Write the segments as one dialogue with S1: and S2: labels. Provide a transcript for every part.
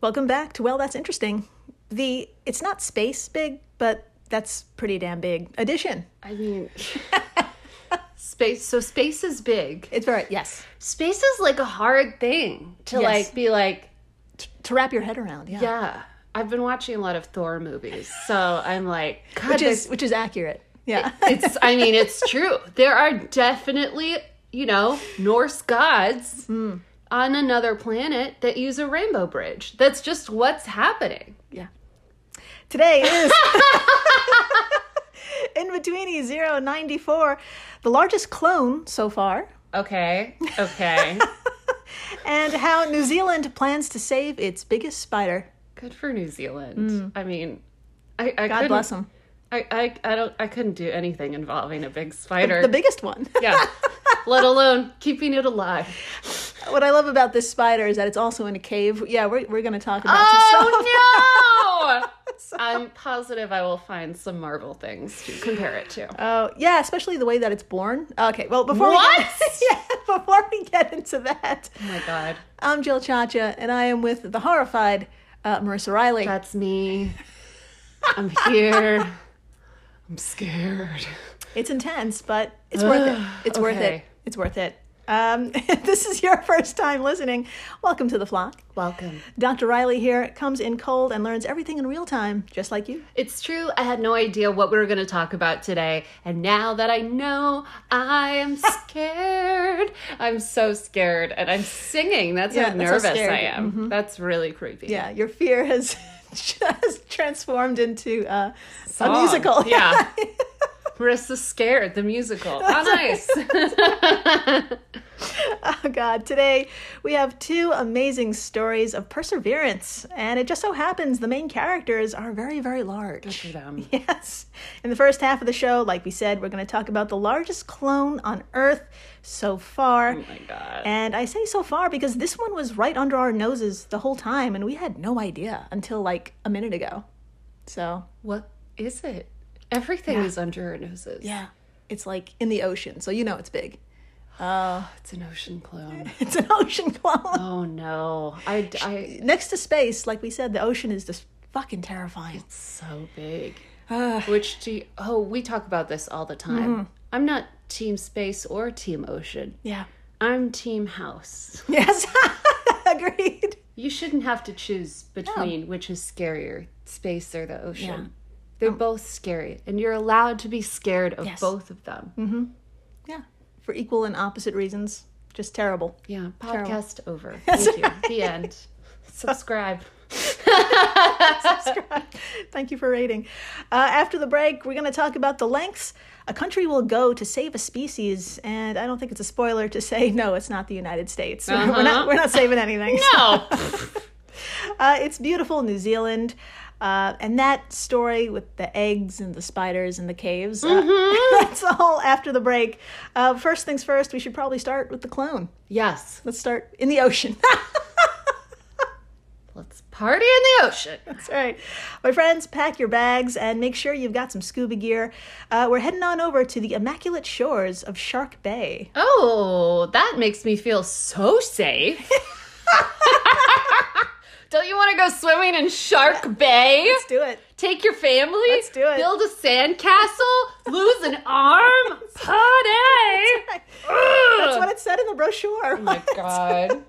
S1: Welcome back to Well, That's Interesting. The it's not space big, but that's pretty damn big. Addition.
S2: I mean, space. So space is big.
S1: It's very yes.
S2: Space is like a hard thing to
S1: Yes.
S2: like be like.
S1: To wrap your head around, yeah.
S2: Yeah, I've been watching a lot of Thor movies, so I'm like, God,
S1: Which
S2: there's-
S1: is which is accurate. Yeah.
S2: it's. I mean, it's true. There are definitely you know Norse gods
S1: Hmm.
S2: on another planet that use a rainbow bridge. That's just what's happening.
S1: yeah. Today is In Betweeny 094, the largest clone so far,
S2: Okay. Okay.
S1: and how New Zealand plans to save its biggest spider.
S2: Good for New Zealand. I mean, I, I
S1: Hmm. God
S2: couldn't-
S1: bless them.
S2: I, I I don't I couldn't do anything involving a big spider.
S1: The biggest one.
S2: yeah. Let alone keeping it alive.
S1: What I love about this spider is that it's also in a cave. Yeah, we're, we're going to talk about some stuff.
S2: Oh no! I'm positive I will find some Marvel things to compare it to.
S1: Oh yeah, especially the way that it's born. Okay, well before we
S2: What?
S1: get, yeah, before we get into that,
S2: Oh my god.
S1: I'm Jill Chacha, and I am with the horrified uh, Marissa Riley.
S2: That's me. I'm here. I'm scared.
S1: It's intense, but it's worth it. It's worth it.
S2: Okay.
S1: It's worth it. Um, if this is your first time listening, welcome to the flock.
S2: Welcome.
S1: Dr. Riley here comes in cold and learns everything in real time, just like you.
S2: It's true, I had no idea what we were going to talk about today. And now that I know, I am scared. I'm so scared. And I'm singing. That's
S1: Yeah,
S2: how
S1: that's how
S2: nervous
S1: scared
S2: I
S1: you-
S2: am. That's really creepy.
S1: Yeah, your fear has just transformed into uh, a
S2: Song.
S1: musical.
S2: Yeah. Marissa's scared, the musical. How nice.
S1: Oh, God. Today, we have two amazing stories of perseverance, and it just so happens the main characters are very, very large. Yes. In the first half of the show, like we said, we're going to talk about the largest clone on Earth so far.
S2: Oh my God.
S1: And I say so far because this one was right under our noses the whole time, and we had no idea until like a minute ago. So,
S2: What is it? Everything is under our noses.
S1: yeah, it's like in the ocean, so you know it's big.
S2: It's an ocean clone.
S1: It's an ocean clone.
S2: Oh no. I, I,
S1: Next to space, like we said, the ocean is just fucking terrifying.
S2: so big. Which do you, oh, we talk about this all the time.
S1: Mm-hmm.
S2: I'm not team space or team ocean.
S1: Yeah.
S2: I'm team house.
S1: Yes, agreed.
S2: You shouldn't have to choose
S1: Oh.
S2: between which is scarier, space or the ocean. They're both scary, and you're allowed to be scared of
S1: Oh. Yes. Mm.
S2: both of them.
S1: Yeah, for equal and opposite reasons, just terrible.
S2: Yeah, podcast over. Thank you. The end. Subscribe.
S1: Thank you for rating. Uh, after the break, we're going to talk about the lengths a country will go to save a species, and I don't think it's a spoiler to say no, it's not the United States. We're not. We're not saving anything.
S2: No.
S1: Uh, it's beautiful New Zealand. Uh, and that story with the eggs and the spiders and the caves, uh, that's all after the break. Uh, first things first, we should probably start with the clone.
S2: yes.
S1: Let's start in the ocean.
S2: Let's party in the ocean.
S1: That's right. My friends, pack your bags and make sure you've got some scuba gear. Uh, we're heading on over to the immaculate shores of Shark Bay.
S2: Oh, that makes me feel so safe. Don't you want to go swimming in Shark Bay?
S1: Let's do it.
S2: Take your family.
S1: Let's do it.
S2: Build a sandcastle. lose an arm. Party.
S1: That's what it said in the brochure.
S2: Oh my god.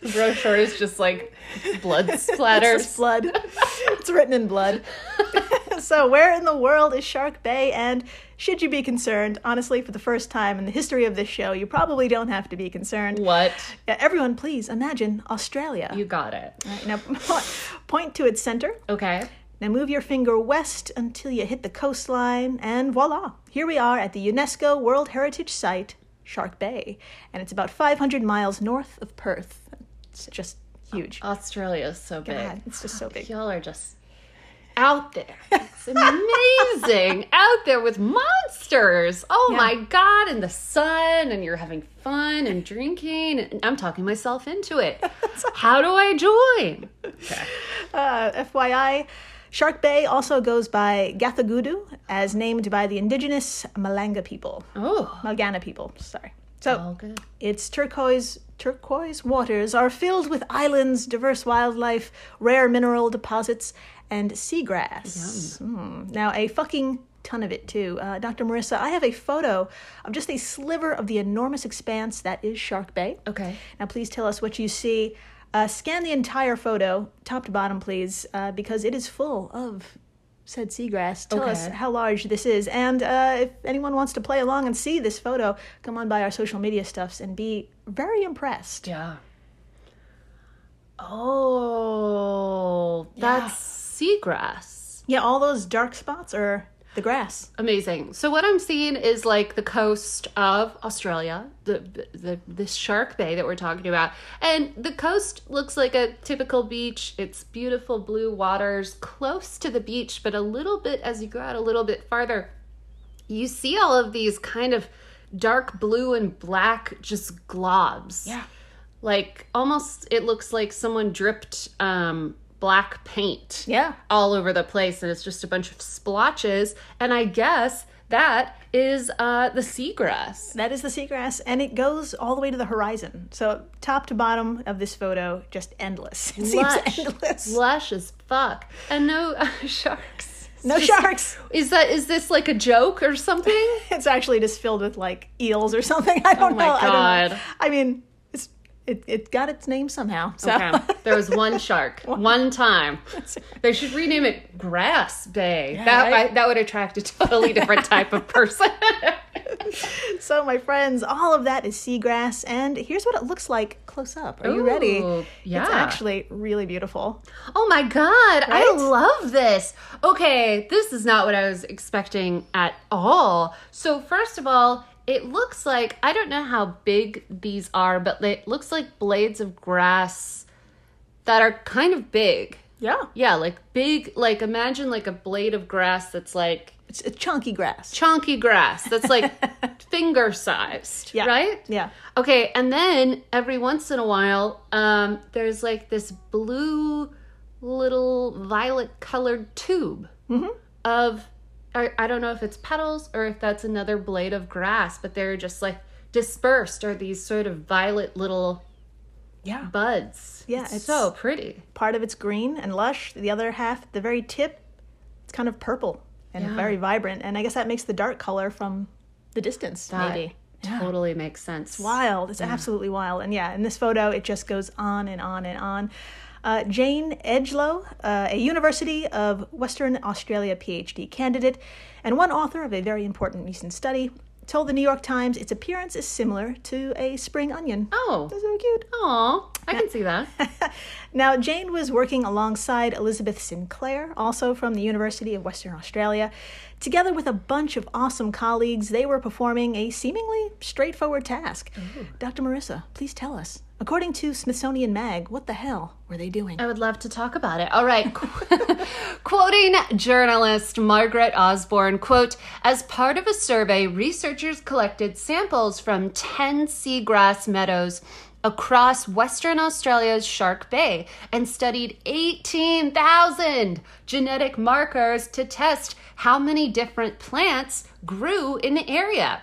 S2: The brochure is just like blood
S1: It's
S2: splatters.
S1: just blood. it's written in blood. so, where in the world is Shark Bay? And should you be concerned? Honestly, for the first time in the history of this show, you probably don't have to be concerned.
S2: what?
S1: Yeah, everyone, please imagine Australia.
S2: You got it.
S1: Now, point to its center.
S2: Okay.
S1: Now move your finger west until you hit the coastline, and voila! Here we are at the UNESCO World Heritage Site, Shark Bay, and it's about 500 miles north of Perth. It's just huge.
S2: Oh, Australia is so big.
S1: God, it's just so big.
S2: Y'all are just out there. It's amazing. out there with monsters. Oh my God. And the sun, and you're having fun and drinking. And I'm talking myself into it. How do I join?
S1: Uh, FYI, Shark Bay also goes by Gathagudu, as named by the indigenous Malanga people,
S2: Oh,
S1: Malgana people. Sorry. So
S2: all good.
S1: it's turquoise turquoise waters are filled with islands, diverse wildlife, rare mineral deposits, and seagrass. Mm. Now, a fucking ton of it, too. Uh, Dr. Marissa, I have a photo of just a sliver of the enormous expanse that is Shark Bay.
S2: Okay.
S1: Now, please tell us what you see. Uh, scan the entire photo, top to bottom, please, uh, because it is full of said seagrass. Tell us
S2: Okay.
S1: how large this is. And uh, if anyone wants to play along and see this photo, come on by our social media stuffs and be very impressed.
S2: Yeah. Oh, that's seagrass.
S1: Yeah, all those dark spots are the grass.
S2: Amazing. So what I'm seeing is like the coast of Australia, the the this Shark Bay that we're talking about, and the coast looks like a typical beach. It's beautiful blue waters, close to the beach, but a little bit as you go out a little bit farther, you see all of these kind of dark blue and black just globs.
S1: Yeah.
S2: Like almost it looks like someone dripped um black paint
S1: Yeah.
S2: all over the place and it's just a bunch of splotches and i guess that is uh the seagrass
S1: That is the seagrass, and it goes all the way to the horizon. So, top to bottom of this photo, just endless. It
S2: Lush.
S1: seems endless.
S2: lush as fuck and no uh, sharks
S1: No
S2: Just-
S1: sharks.
S2: is that is this like a joke or something
S1: It's actually just filled with like eels or something. I don't
S2: Oh my
S1: know. I don't know.
S2: God.
S1: I mean, it's it, it got its name somehow. So.
S2: okay. there was one shark one time they should rename it grass bay that
S1: right?
S2: I, that would attract a totally different type of person
S1: So, my friends, all of that is seagrass, and here's what it looks like close up. Are you ready?
S2: Ooh, yeah.
S1: It's actually really beautiful.
S2: Oh my god, I
S1: Right?
S2: love this. Okay, this is not what I was expecting at all. So, first of all, it looks like I don't know how big these are, but it looks like blades of grass that are kind of big.
S1: Yeah.
S2: Yeah, like big, like imagine like a blade of grass that's like
S1: It's, it's chunky grass.
S2: chunky grass that's like finger sized,
S1: Yeah.
S2: right?
S1: Yeah.
S2: Okay, and then every once in a while, um, there's like this blue little violet colored tube
S1: Mm-hmm.
S2: of, I, I don't know if it's petals or if that's another blade of grass, but they're just like dispersed are these sort of violet little
S1: Yeah.
S2: buds.
S1: Yeah,
S2: it's,
S1: it's-
S2: so pretty.
S1: Part of it's green and lush, the other half, the very tip, it's kind of purple and
S2: Yeah.
S1: very vibrant. And I guess that makes the dark color from the distance,
S2: That
S1: maybe.
S2: totally makes sense.
S1: wild. It's absolutely wild. And yeah, in this photo, it just goes on and on and on. Uh, Jane Edgelow, uh, a University of Western Australia PhD candidate and one author of a very important recent study, told the New York Times its appearance is similar to a spring onion.
S2: Oh,
S1: So cute.
S2: aw, I can see that.
S1: Now, Jane was working alongside Elizabeth Sinclair, also from the University of Western Australia. Together with a bunch of awesome colleagues, they were performing a seemingly straightforward task. Dr. Marissa, please tell us. According to Smithsonian Mag, what the hell were they doing?
S2: I would love to talk about it. All right. Quoting journalist Margaret Osborne, quote, as part of a survey, researchers collected samples from 10 seagrass meadows across Western Australia's Shark Bay and studied 18,000 genetic markers to test how many different plants grew in the area.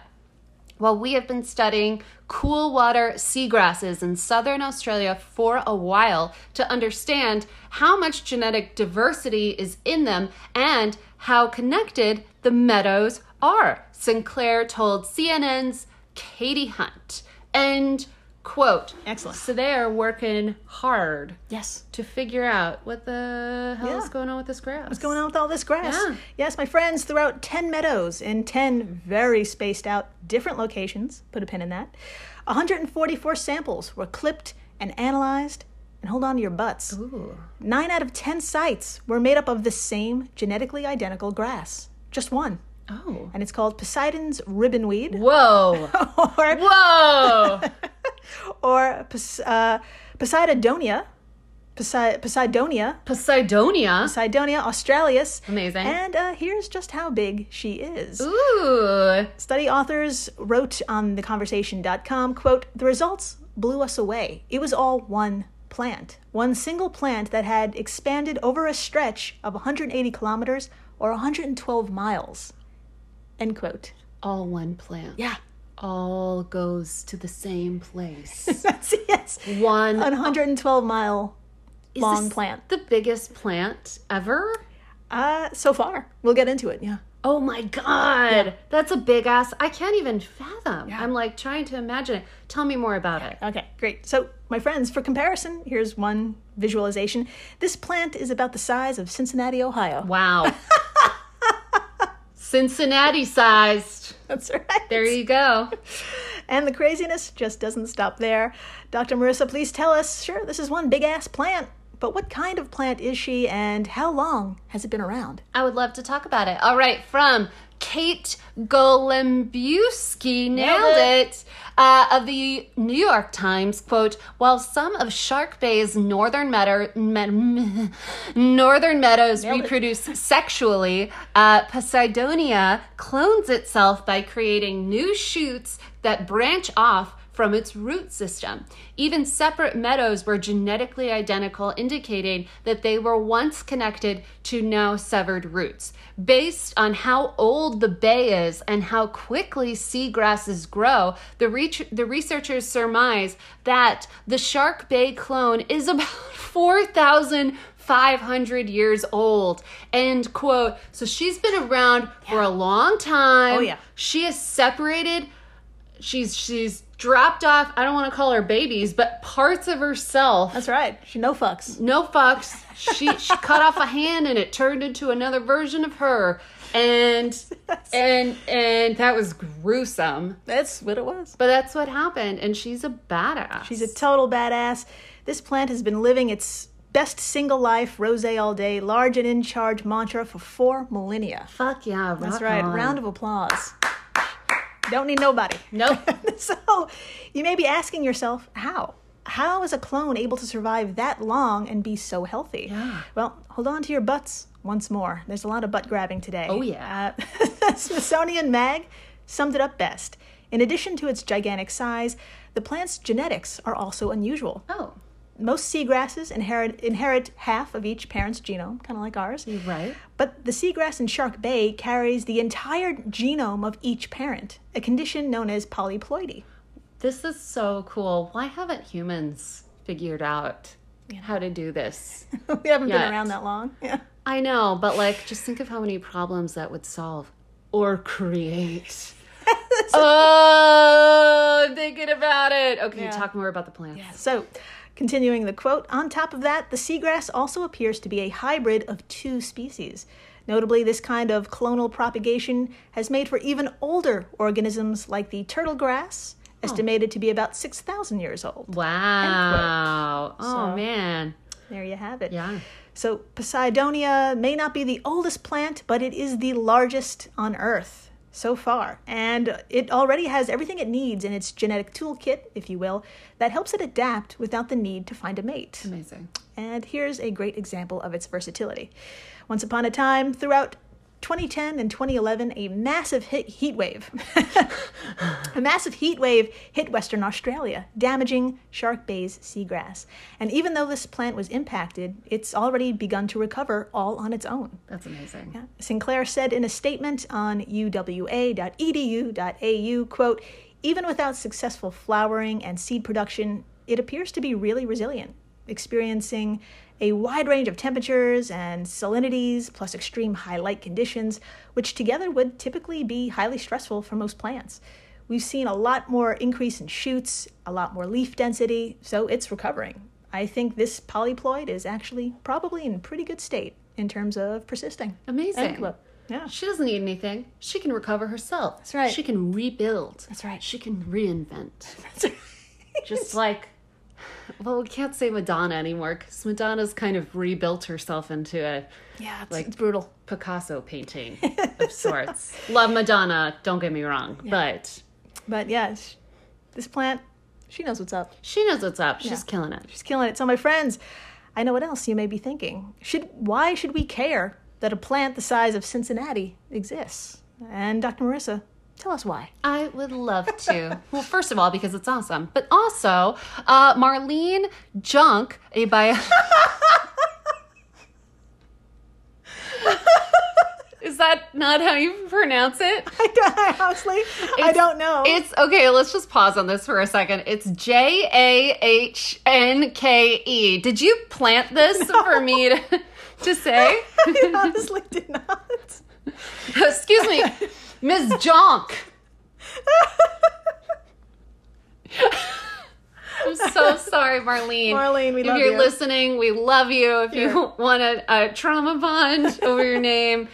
S2: Well, we have been studying cool water seagrasses in southern Australia for a while to understand how much genetic diversity is in them and how connected the meadows are, Sinclair told CNN's Katie Hunt. End quote.
S1: Excellent.
S2: So they are working hard
S1: Yes.
S2: to figure out what the hell is
S1: Yeah.
S2: going on with this grass. What's
S1: Going on with all this grass.
S2: Yeah.
S1: Yes, my friends, throughout 10 meadows in 10 very spaced out different locations, put a pin in that, 144 samples were clipped and analyzed. And hold on to your butts.
S2: Ooh.
S1: Nine out of ten sites were made up of the same genetically identical grass. Just one.
S2: Oh.
S1: And it's called Poseidon's ribbonweed
S2: Whoa.
S1: or,
S2: Whoa.
S1: or Pos- uh, Poseidonia, Posei- Poseidonia,
S2: Poseidonia.
S1: Poseidonia australis.
S2: Amazing.
S1: And uh, here's just how big she is.
S2: Ooh.
S1: Study authors wrote on theconversation.com, quote, the results blew us away. It was all one plant, one single plant that had expanded over a stretch of 180 kilometers or 112 miles, end quote.
S2: All one plant.
S1: Yeah.
S2: all goes to the same place.
S1: That's yes.
S2: One
S1: An 112 mile
S2: is
S1: long
S2: this
S1: plant.
S2: The biggest plant ever.
S1: Uh, so far, we'll get into it. Yeah.
S2: Oh my god, that's a big ass. I can't even fathom. I'm like trying to imagine it. Tell me more about it.
S1: Okay, great. So, my friends, for comparison, here's one visualization. This plant is about the size of Cincinnati, Ohio.
S2: Wow. Cincinnati sized.
S1: That's right.
S2: There you go.
S1: And the craziness just doesn't stop there. Dr. Marissa, please tell us sure, this is one big ass plant, but what kind of plant is she and how long has it been around?
S2: I would love to talk about it. All right, from Kate Golombiewski, nailed
S1: it.
S2: it, uh, of the New York Times, quote, while some of Shark Bay's northern, meadow, me- northern meadows
S1: Nailed it.
S2: reproduce sexually, uh, Poseidonia clones itself by creating new shoots that branch off from its root system. Even separate meadows were genetically identical, indicating that they were once connected to now severed roots. Based on how old the bay is and how quickly seagrasses grow, the, reach the researchers surmise that the Shark Bay clone is about 4,000. 500 years old. End quote. So she's been around for a long time.
S1: Oh, yeah.
S2: She is separated she's she's dropped off i don't want to call her babies but parts of herself
S1: That's right. She no fucks.
S2: no fucks she she cut off a hand and it turned into another version of her and and and that was gruesome
S1: That's what it was.
S2: but that's what happened and she's a badass
S1: She's a total badass. This plant has been living its best single life, rose all day, large and in charge mantra for four millennia.
S2: fuck yeah rock
S1: That's right.
S2: on.
S1: Round of applause. Don't need nobody.
S2: nope
S1: so you may be asking yourself, how? How is a clone able to survive that long and be so healthy?
S2: Yeah.
S1: Well, hold on to your butts once more. There's a lot of butt grabbing today.
S2: Oh, yeah.
S1: Uh, Smithsonian Mag summed it up best. In addition to its gigantic size, the plant's genetics are also unusual.
S2: oh
S1: Most seagrasses inherit, inherit half of each parent's genome, kind of like ours.
S2: you're right
S1: But the seagrass in Shark Bay carries the entire genome of each parent, a condition known as polyploidy.
S2: this is so cool why haven't humans figured out how to do this
S1: we haven't
S2: Yet.
S1: been around that long. Yeah.
S2: I know, but like, just think of how many problems that would solve or create. oh, I'm thinking about it. Okay, talk more about the plants.
S1: So, continuing the quote, on top of that, the seagrass also appears to be a hybrid of two species. Notably, this kind of clonal propagation has made for even older organisms like the turtle grass, estimated to be about 6,000 years old.
S2: Wow. Oh,
S1: So-
S2: man.
S1: There you have it.
S2: Yeah.
S1: So, Poseidonia may not be the oldest plant, but it is the largest on Earth so far. And it already has everything it needs in its genetic toolkit, if you will, that helps it adapt without the need to find a mate.
S2: Amazing.
S1: And here's a great example of its versatility. Once upon a time, throughout 2010 and 2011, a massive hit heat wave. a massive heat wave hit Western Australia, damaging Shark Bay's seagrass. And even though this plant was impacted, it's already begun to recover all on its own.
S2: That's amazing.
S1: Sinclair said in a statement on uwa.edu.au, quote, even without successful flowering and seed production, it appears to be really resilient, experiencing a wide range of temperatures and salinities, plus extreme high light conditions, which together would typically be highly stressful for most plants. We've seen a lot more increase in shoots, a lot more leaf density, so it's recovering. I think this polyploid is actually probably in pretty good state in terms of persisting.
S2: Amazing.
S1: Well, yeah.
S2: She doesn't need anything. She can recover herself. That's
S1: right.
S2: She can rebuild. That's
S1: right.
S2: She can reinvent. Just like, well, we can't say Madonna anymore because Madonna's kind of rebuilt herself into a
S1: yeah, it's,
S2: like-
S1: it's brutal.
S2: Picasso painting of sorts. Love Madonna, don't get me wrong, but
S1: But yeah, sh- this plant, she knows what's up.
S2: she knows what's up. She's killing it.
S1: She's killing it. So my friends, I know what else you may be thinking. Should why should we care that a plant the size of Cincinnati exists? And Dr. Marissa, tell us why.
S2: I would love to. well, first of all, because it's awesome, but also uh, Marlene Junk, a bio. Is that that not how you pronounce it?
S1: I, don't, I honestly, I
S2: It's-
S1: don't know.
S2: It's okay. Let's just pause on this for a second. It's J A H N K E. Did you plant this for me to, to say?
S1: I honestly did not.
S2: Excuse me, Ms. Jonk. I'm so sorry, Marlene.
S1: Marlene, we
S2: if
S1: love
S2: you're
S1: you.
S2: listening, we love you. If
S1: Yeah.
S2: you want a, a trauma bond over your name,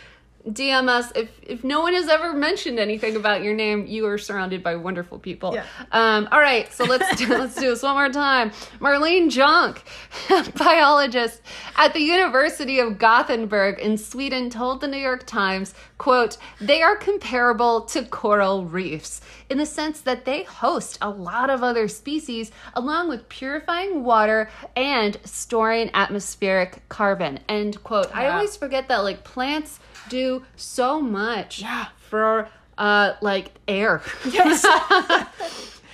S2: DM us. If if no one has ever mentioned anything about your name, you are surrounded by wonderful people.
S1: Yeah.
S2: Um, all right, so let's do, let's do this one more time. Marlene Junk, biologist at the University of Gothenburg in Sweden, told the New York Times, "quote They are comparable to coral reefs in the sense that they host a lot of other species, along with purifying water and storing atmospheric carbon." End quote. I
S1: Yeah.
S2: always forget that like plants do so much
S1: Yeah.
S2: for uh like air.
S1: Yes.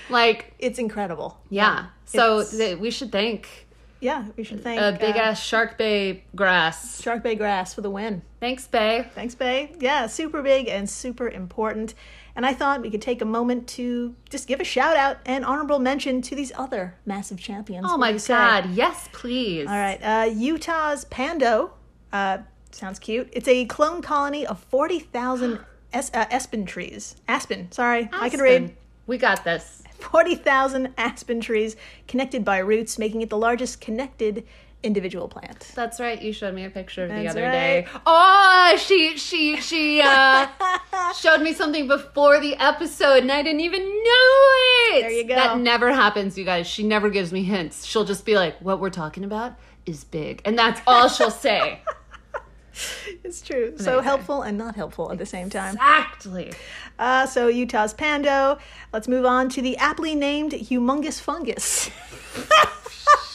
S2: Like,
S1: it's incredible.
S2: yeah. So
S1: It's-
S2: th- we should thank
S1: Yeah, we should thank
S2: a big
S1: uh,
S2: ass Shark Bay grass.
S1: Shark Bay Grass for the win.
S2: Thanks, Bay.
S1: Thanks, Bay. Yeah, super big and super important. And I thought we could take a moment to just give a shout out and honorable mention to these other massive champions.
S2: Oh
S1: What do
S2: my
S1: you say?
S2: God. Yes, please.
S1: All right, uh, Utah's Pando. Uh, sounds cute. It's a clone colony of 40,000 es- uh, aspen trees. Aspen, sorry, I can read.
S2: Aspen, We got this.
S1: 40,000 aspen trees connected by roots, making it the largest connected individual plant.
S2: That's right. You showed me a picture the
S1: That's
S2: other
S1: right.
S2: day. Oh, she she she uh, showed me something before the episode, and I didn't even know it.
S1: There you go.
S2: That never happens, you guys. She never gives me hints. She'll just be like, "What we're talking about is big," and that's all she'll say.
S1: It's true. So
S2: Amazing.
S1: helpful and not helpful at the same time.
S2: Exactly.
S1: Uh, so Utah's Pando. Let's move on to the aptly named humongous fungus.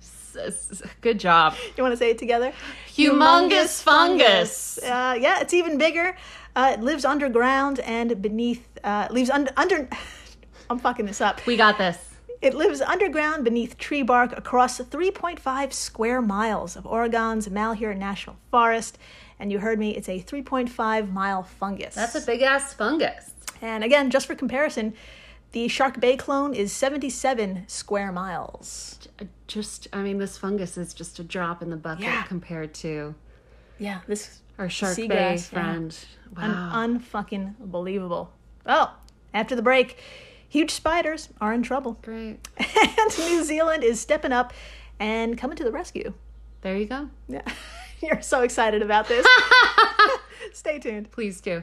S2: S- s- Good job.
S1: you want to say it together?
S2: Humongous fungus.
S1: Uh, yeah, it's even bigger. Uh, it lives underground and beneath. Uh, leaves under under. I'm fucking this up.
S2: We got this.
S1: It lives underground beneath tree bark across 3.5 square miles of Oregon's Malheur National Forest. And you heard me, it's a 3.5 mile fungus.
S2: That's a big ass fungus.
S1: and again, just for comparison, the Shark Bay clone is 77 square miles.
S2: Just, I mean, this fungus is just a drop in the bucket
S1: Yeah.
S2: compared to
S1: Yeah, this
S2: our Shark
S1: Seagrass,
S2: Bay
S1: yeah.
S2: friend. Wow.
S1: un unfucking believable. Oh, after the break, huge spiders are in trouble.
S2: Great.
S1: and New Zealand is stepping up and coming to the rescue.
S2: There you go.
S1: Yeah. You're so excited about this. Stay tuned.
S2: Please do.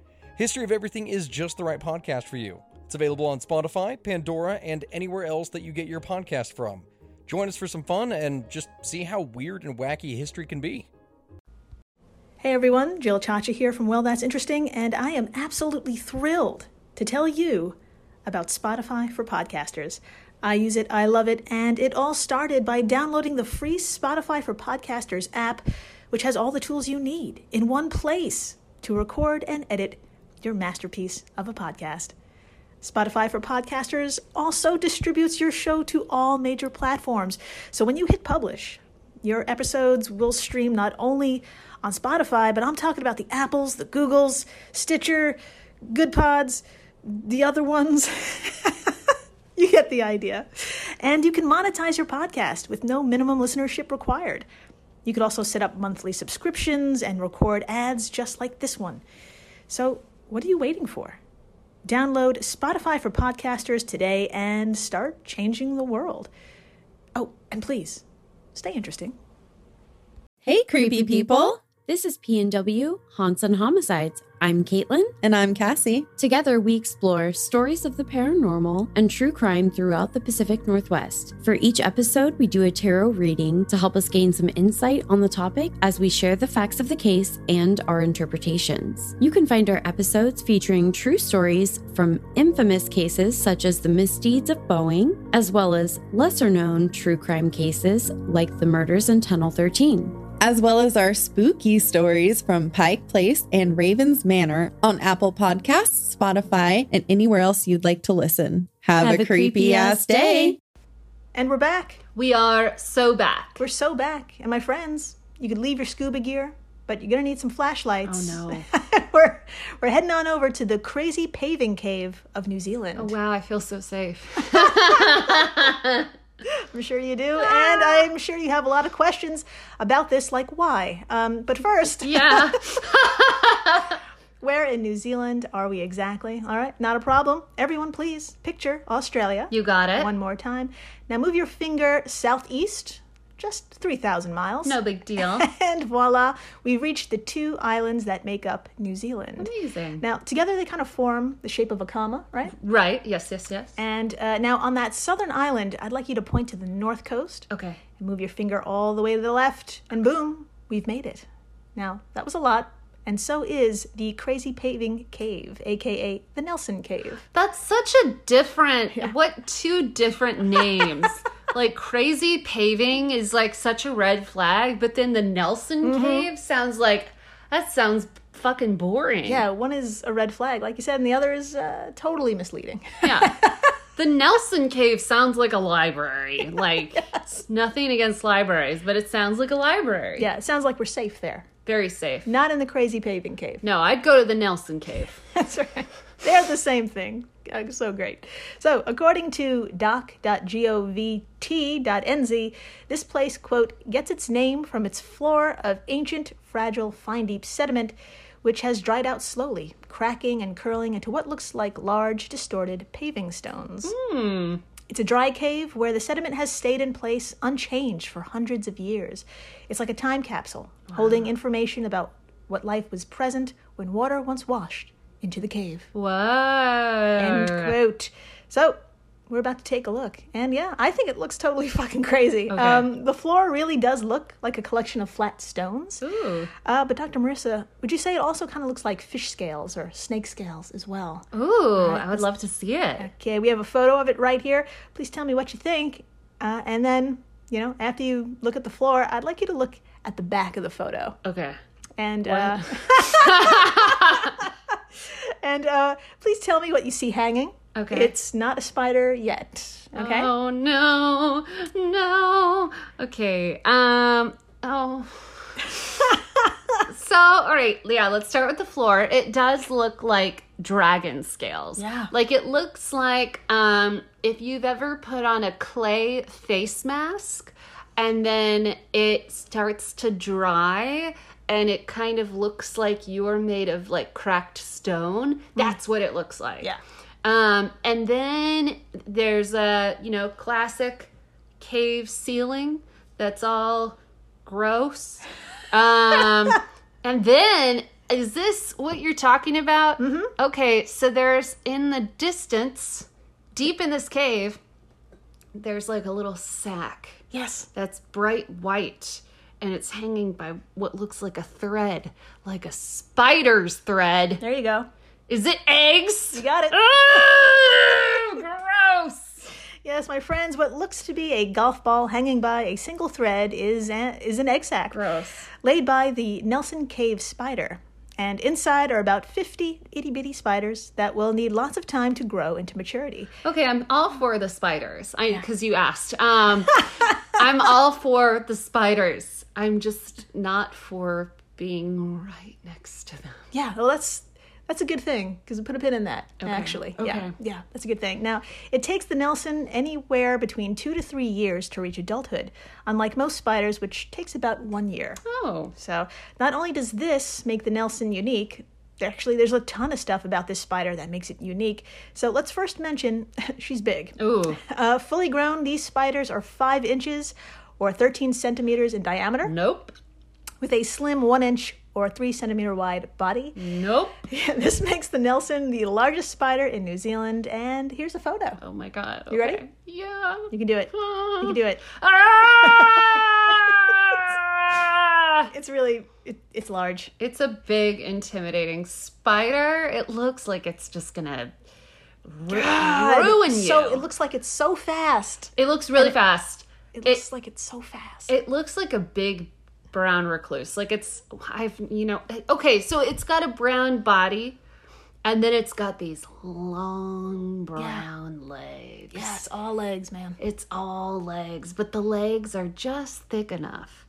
S3: History of Everything is just the right podcast for you. It's available on Spotify, Pandora, and anywhere else that you get your podcast from. Join us for some fun and just see how weird and wacky history can be.
S1: Hey everyone, Jill Chacha here from Well That's Interesting, and I am absolutely thrilled to tell you about Spotify for podcasters. I use it, I love it, and it all started by downloading the free Spotify for Podcasters app, which has all the tools you need in one place to record and edit your masterpiece of a podcast. Spotify for Podcasters also distributes your show to all major platforms. So when you hit publish, your episodes will stream not only on Spotify, but I'm talking about the Apples, the Googles, Stitcher, Good Pods, the other ones. you get the idea. And you can monetize your podcast with no minimum listenership required. You could also set up monthly subscriptions and record ads just like this one. So, what are you waiting for? Download Spotify for podcasters today and start changing the world. Oh, and please, stay interesting.
S4: Hey, creepy people! This is PNW Haunts and Homicides. I'm Caitlin.
S5: And I'm Cassie.
S4: Together, we explore stories of the paranormal and true crime throughout the Pacific Northwest. For each episode, we do a tarot reading to help us gain some insight on the topic as we share the facts of the case and our interpretations. You can find our episodes featuring true stories from infamous cases such as the misdeeds of Boeing, as well as lesser known true crime cases like the murders in Tunnel 13.
S5: as well as our spooky stories from Pike Place and Ravens Manor on Apple Podcasts, Spotify, and anywhere else you'd like to listen. Have, a, creepy ass day.
S1: And we're back.
S2: We are so back.
S1: We're so back. And my friends, you could leave your scuba gear, but you're going to need some flashlights.
S2: Oh,
S1: no. we're, we're heading on over to the crazy paving cave of New Zealand.
S2: Oh, wow, I feel so safe.
S1: I'm sure you do.
S2: Ah!
S1: And I'm sure you have a lot of questions about this, like why. Um, but first,
S2: yeah.
S1: where in New Zealand are we exactly? All right, not a problem. Everyone, please picture Australia.
S2: You got it.
S1: One more time. Now move your finger southeast, just 3,000 miles.
S2: No big deal.
S1: And voila, we reach the two islands that make up New Zealand.
S2: Amazing.
S1: Now, together they kind of form the shape of a comma, right?
S2: Right. Yes, yes, yes.
S1: And uh, now on that southern island, I'd like you to point to the north coast.
S2: Okay.
S1: and move your finger all the way to the left, and boom, we've made it. Now, that was a lot, and so is the Crazy Paving Cave, aka the Nelson Cave.
S2: That's such a different, what two different names. like crazy paving is like such a red flag, but then the Nelson
S1: Mm-hmm.
S2: Cave sounds like, that sounds fucking boring.
S1: Yeah, one is a red flag, like you said, and the other is uh, totally misleading.
S2: Yeah. The Nelson Cave sounds like a library. Like, nothing against libraries, but it sounds like a library.
S1: yeah, it sounds like we're safe there.
S2: Very safe.
S1: Not in the Crazy Paving Cave.
S2: No, I'd go to the Nelson Cave.
S1: That's right. They're the same thing. Uh, So great. So, according to doc.govt.nz, this place, quote, gets its name from its floor of ancient, fragile, fine deep sediment, which has dried out slowly, cracking and curling into what looks like large, distorted paving stones. It's a dry cave where the sediment has stayed in place unchanged for hundreds of years. It's like a time capsule, holding information about what life was present when water once washed into the cave.
S2: Whoa.
S1: End quote. So we're about to take a look. And yeah, I think it looks totally fucking crazy. Um, the floor really does look like a collection of flat stones.
S2: Ooh.
S1: Uh, but Dr. Marissa, would you say it also kind of looks like fish scales or snake scales as well?
S2: Ooh, I would love to see it.
S1: Okay, we have a photo of it right here. Please tell me what you think. Uh, and then, you know, after you look at the floor, I'd like you to look at the back of the photo.
S2: Okay.
S1: And uh, and uh, please tell me what you see hanging.
S2: Okay.
S1: It's not a spider yet. Okay.
S2: Oh no, no. Okay. Um. Oh. so all right, yeah. Let's start with the floor. It does look like dragon scales.
S1: Yeah.
S2: Like it looks like um if you've ever put on a clay face mask and then it starts to dry and it kind of looks like you're made of like cracked stone. That's what it looks like.
S1: Hmm. Yeah.
S2: Um, and then there's a you know classic cave ceiling that's all gross. Um, and then is this what you're talking about? Mm-hmm. Okay, so there's in the distance, deep in this cave, there's like a little sack
S1: Yes.
S2: that's bright white and it's hanging by what looks like a thread, like a spider's thread.
S1: There you go.
S2: Is it eggs?
S1: You got it.
S2: Ooh, gross.
S1: Yes, my friends, what looks to be a golf ball hanging by a single thread is an, is an egg sac.
S2: Gross.
S1: Laid by the Nelson Cave spider. And inside are about 50 itty bitty spiders that will need lots of time to grow into maturity.
S2: Okay, I'm all for the spiders. I because you asked. Um, I'm all for the spiders. I'm just not for being right next to them.
S1: Yeah, well, that's that's a good thing because we put a pin in that. Actually, yeah,
S2: okay.
S1: yeah, that's a good thing. Now, it takes the Nelson anywhere between two to three years to reach adulthood, unlike most spiders, which takes about one year.
S2: Oh,
S1: So, not only does this make the Nelson unique, Actually, there's a ton of stuff about this spider that makes it unique. So let's first mention she's big.
S2: Ooh,
S1: Uh, fully grown, these spiders are 5 inches or 13 centimeters in diameter
S2: nope,
S1: with a slim 1 inch or 3 centimeter wide body.
S2: nope.
S1: this makes the Nelson the largest spider in New Zealand. And here's a photo.
S2: Oh my god.
S1: You ready?
S2: okay. Yeah.
S1: You can do it. You can do it.
S2: Ah!
S1: It's really, it, it's large.
S2: it's a big, intimidating spider. It looks like it's just gonna ru- Ah, ruin you.
S1: So it looks like it's so fast.
S2: It looks really fast.
S1: It looks like it's so fast.
S2: It looks like a big brown recluse. Like it's I've you know okay, so it's got a brown body and then it's got these long brown legs.
S1: yes, all legs, man.
S2: It's all legs, but the legs are just thick enough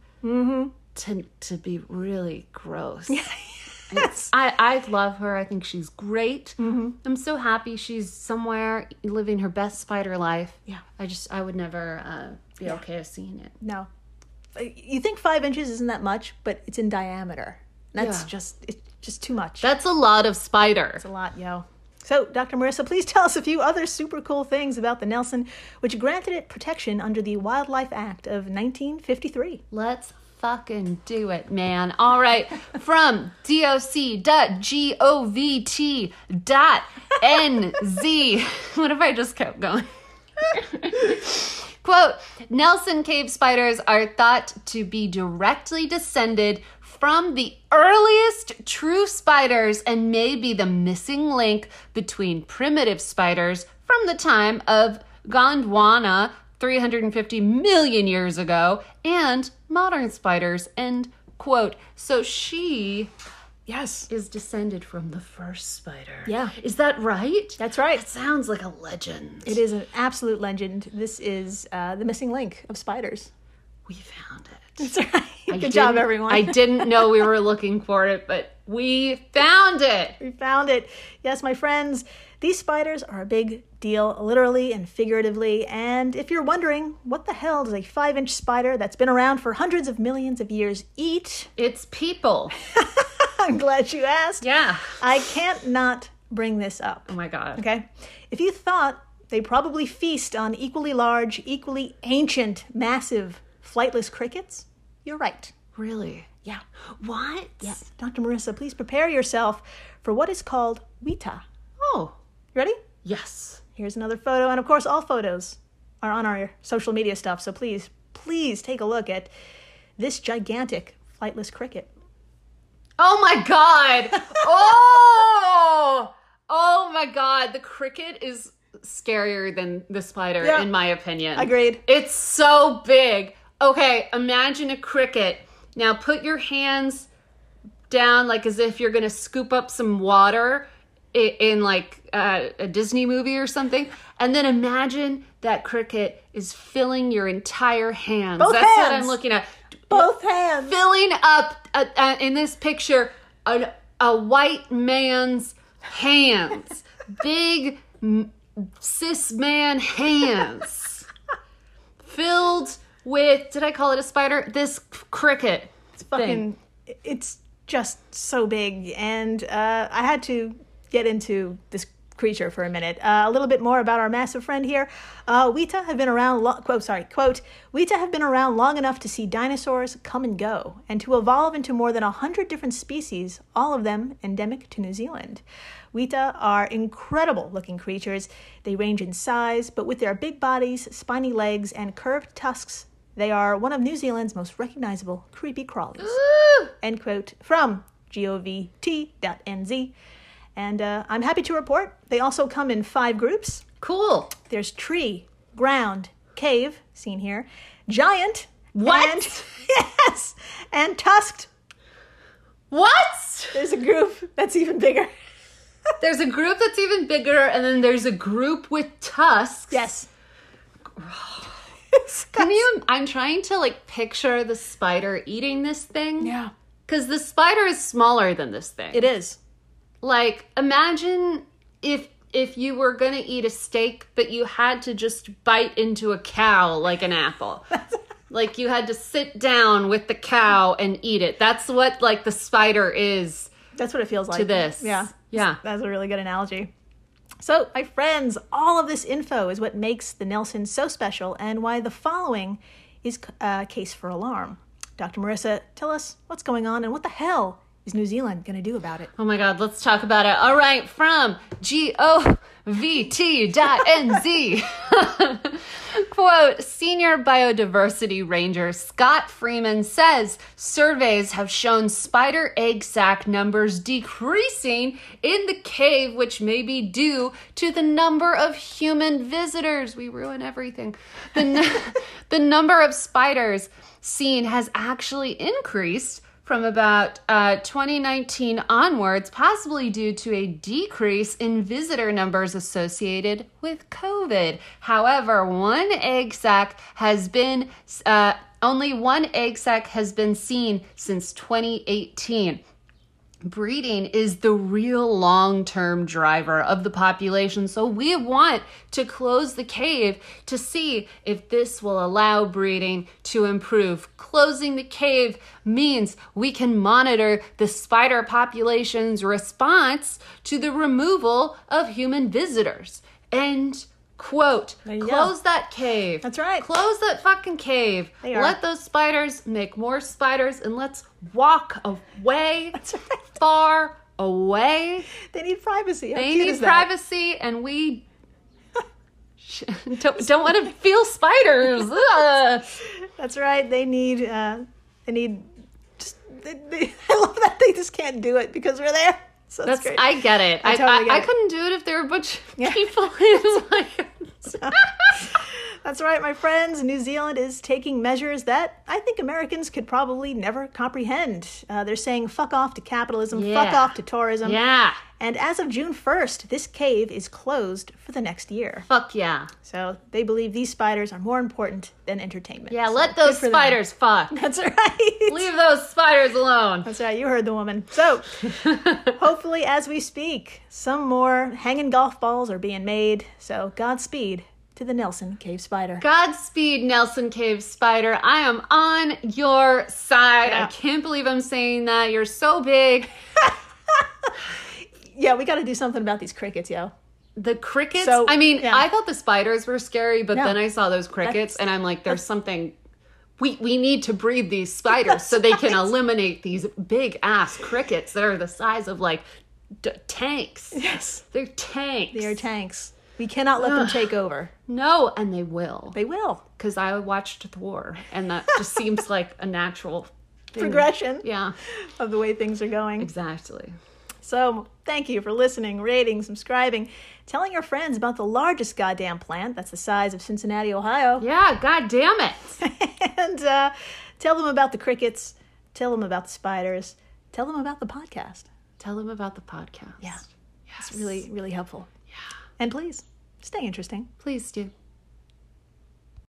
S2: to to be really gross. It's- I, I love her. I think she's great. I'm so happy she's somewhere living her best spider life.
S1: Yeah.
S2: I just I would never uh, be okay with seeing it.
S1: No. Uh, You think five inches isn't that much, but it's in diameter. That's
S2: Yeah.
S1: just it's just too much.
S2: That's a lot of spider.
S1: a lot, yo. So, Dr. Marissa, please tell us a few other super cool things about the Nelson, which granted it protection under the Wildlife Act of 1953.
S2: Let's fucking do it, man. All right. From doc.govt.nz. What if I just kept going? Quote Nelson cave spiders are thought to be directly descended from the earliest true spiders and may be the missing link between primitive spiders from the time of Gondwana 350 million years ago and modern spiders. End quote. So she
S1: Yes.
S2: is descended from the first spider.
S1: Yeah.
S2: Is that right?
S1: That's right.
S2: That sounds like a legend.
S1: It is an absolute legend. This is uh, the missing link of spiders.
S2: We found it.
S1: That's right.
S2: I
S1: Good job,
S2: didn't-
S1: everyone.
S2: I didn't know we were looking for it, but we found it.
S1: We found it. Yes, my friends, these spiders are a big deal, literally and figuratively. And if you're wondering, what the hell does a five inch spider that's been around for hundreds of millions of years eat?
S2: It's people.
S1: I'm glad you asked.
S2: Yeah.
S1: I can't not bring this up.
S2: Oh my god.
S1: Okay? If you thought they probably feast on equally large, equally ancient, massive, flightless crickets, you're right.
S2: Really?
S1: Yeah.
S2: What?
S1: Dr. Marissa, please prepare yourself for what is called Weta.
S2: Oh.
S1: You ready?
S2: Yes.
S1: Here's another photo, and of course, all photos are on our social media stuff. So please, please take a look at this gigantic flightless cricket.
S2: Oh my god. oh. Oh my god. The cricket is scarier than the spider,
S1: Yeah.
S2: in my opinion.
S1: Agreed.
S2: It's so big. Okay, imagine a cricket. Now put your hands down like as if you're gonna scoop up some water in, in like uh, a Disney movie or something, and then imagine that cricket is filling your entire hand.
S1: Both
S2: That's what
S1: hands.
S2: I'm looking at.
S1: Both hands.
S2: Filling up uh, uh, in this picture a, a white man's hands, big m- cis man hands, filled with did I call it a spider? This cricket.
S1: It's fucking. It's just so big, and uh, I had to get into this creature for a minute. Uh, a little bit more about our massive friend here. Uh, Weta have been around. Lo- quote. Sorry. Quote. Weta have been around long enough to see dinosaurs come and go, and to evolve into more than hundred different species, all of them endemic to New Zealand. Weta are incredible looking creatures. They range in size, but with their big bodies, spiny legs, and curved tusks, they are one of New Zealand's most recognizable creepy crawlies. End quote from govt.nz. And uh, I'm happy to report they also come in five groups.
S2: Cool.
S1: There's tree, ground, cave, seen here, giant,
S2: What?
S1: and- yes, and tusked.
S2: What?
S1: There's a group that's even bigger.
S2: There's a group that's even bigger, and then there's a group with tusks.
S1: Yes.
S2: Can you? I'm trying to like picture the spider eating this thing.
S1: Yeah.
S2: Because the spider is smaller than this thing.
S1: It is.
S2: like imagine if if you were gonna eat a steak but you had to just bite into a cow like an apple like you had to sit down with the cow and eat it that's what like the spider is
S1: That's what it feels like.
S2: to this.
S1: Yeah.
S2: Yeah.
S1: That's a really good analogy. So, my friends, all of this info is what makes the Nelson so special and why the following is a case for alarm. Dr. Marissa, tell us what's going on and what the hell is New Zealand going to do about it?
S2: Oh my God, let's talk about it. All right, from govt dot nz. Quote Senior Biodiversity Ranger Scott Freeman says surveys have shown spider egg sac numbers decreasing in the cave, which may be due to the number of human visitors. We ruin everything. The, nu- the number of spiders seen has actually increased from about uh, 2019 onwards, possibly due to a decrease in visitor numbers associated with COVID. However, one egg sac has been uh, only one egg sac has been seen since 2018. Breeding is the real long term driver of the population. So, we want to close the cave to see if this will allow breeding to improve. Closing the cave means we can monitor the spider population's response to the removal of human visitors. End quote.
S1: you go.
S2: Close that cave.
S1: That's right.
S2: Close that fucking cave.
S1: They are.
S2: Let those spiders make more spiders and let's walk away far away.
S1: They need privacy. How
S2: They
S1: cute
S2: need
S1: is that?
S2: privacy, and we sh- don't don't want to feel spiders. Ugh.
S1: That's right. They need. Uh, they need. Just. They, they, I love that they just can't do it because we're there. So that's,
S2: That's
S1: great.
S2: I get it. I,
S1: I totally
S2: I,
S1: get
S2: I
S1: it.
S2: couldn't do it if there were a bunch of
S1: Yeah.
S2: people. It's like-
S1: That's right, my friends. New Zealand is taking measures that I think Americans could probably never comprehend. Uh, they're saying fuck off to capitalism, fuck
S2: Yeah.
S1: off to tourism.
S2: yeah.
S1: And as of June 1st, this cave is closed for the next year.
S2: Fuck yeah.
S1: So they believe these spiders are more important than entertainment.
S2: Yeah.
S1: So
S2: let
S1: good
S2: those
S1: for them.
S2: spiders fuck.
S1: That's right.
S2: Leave those spiders alone.
S1: That's right, you heard the woman. So, hopefully, as we speak, some more hanging golf balls are being made. So, Godspeed to the Nelson cave spider.
S2: Godspeed, Nelson Cave Spider. I am on your side.
S1: Yeah.
S2: I can't believe I'm saying that. You're so big.
S1: Yeah, we got to do something about these crickets, yo.
S2: The crickets.
S1: So,
S2: I mean,
S1: yeah.
S2: I thought the spiders were scary, but
S1: No.
S2: then I saw those crickets, and I'm like, there's something. We, we need to breed these spiders so they can eliminate these big ass crickets that are the size of like d- tanks.
S1: Yes.
S2: They're tanks.
S1: They are tanks. We cannot let them take over.
S2: no, and they will.
S1: They will.
S2: Because I watched Thor, and that just seems like a natural.
S1: Progression
S2: Yeah,
S1: of the way things are going.
S2: exactly.
S1: So, thank you for listening, rating, subscribing, telling your friends about the largest goddamn plant that's the size of Cincinnati, Ohio.
S2: Yeah, god damn it.
S1: and uh, tell them about the crickets, tell them about the spiders, tell them about the podcast.
S2: Tell them about the podcast.
S1: Yeah. It's really, really helpful. Yeah. And please stay interesting.
S2: Please do.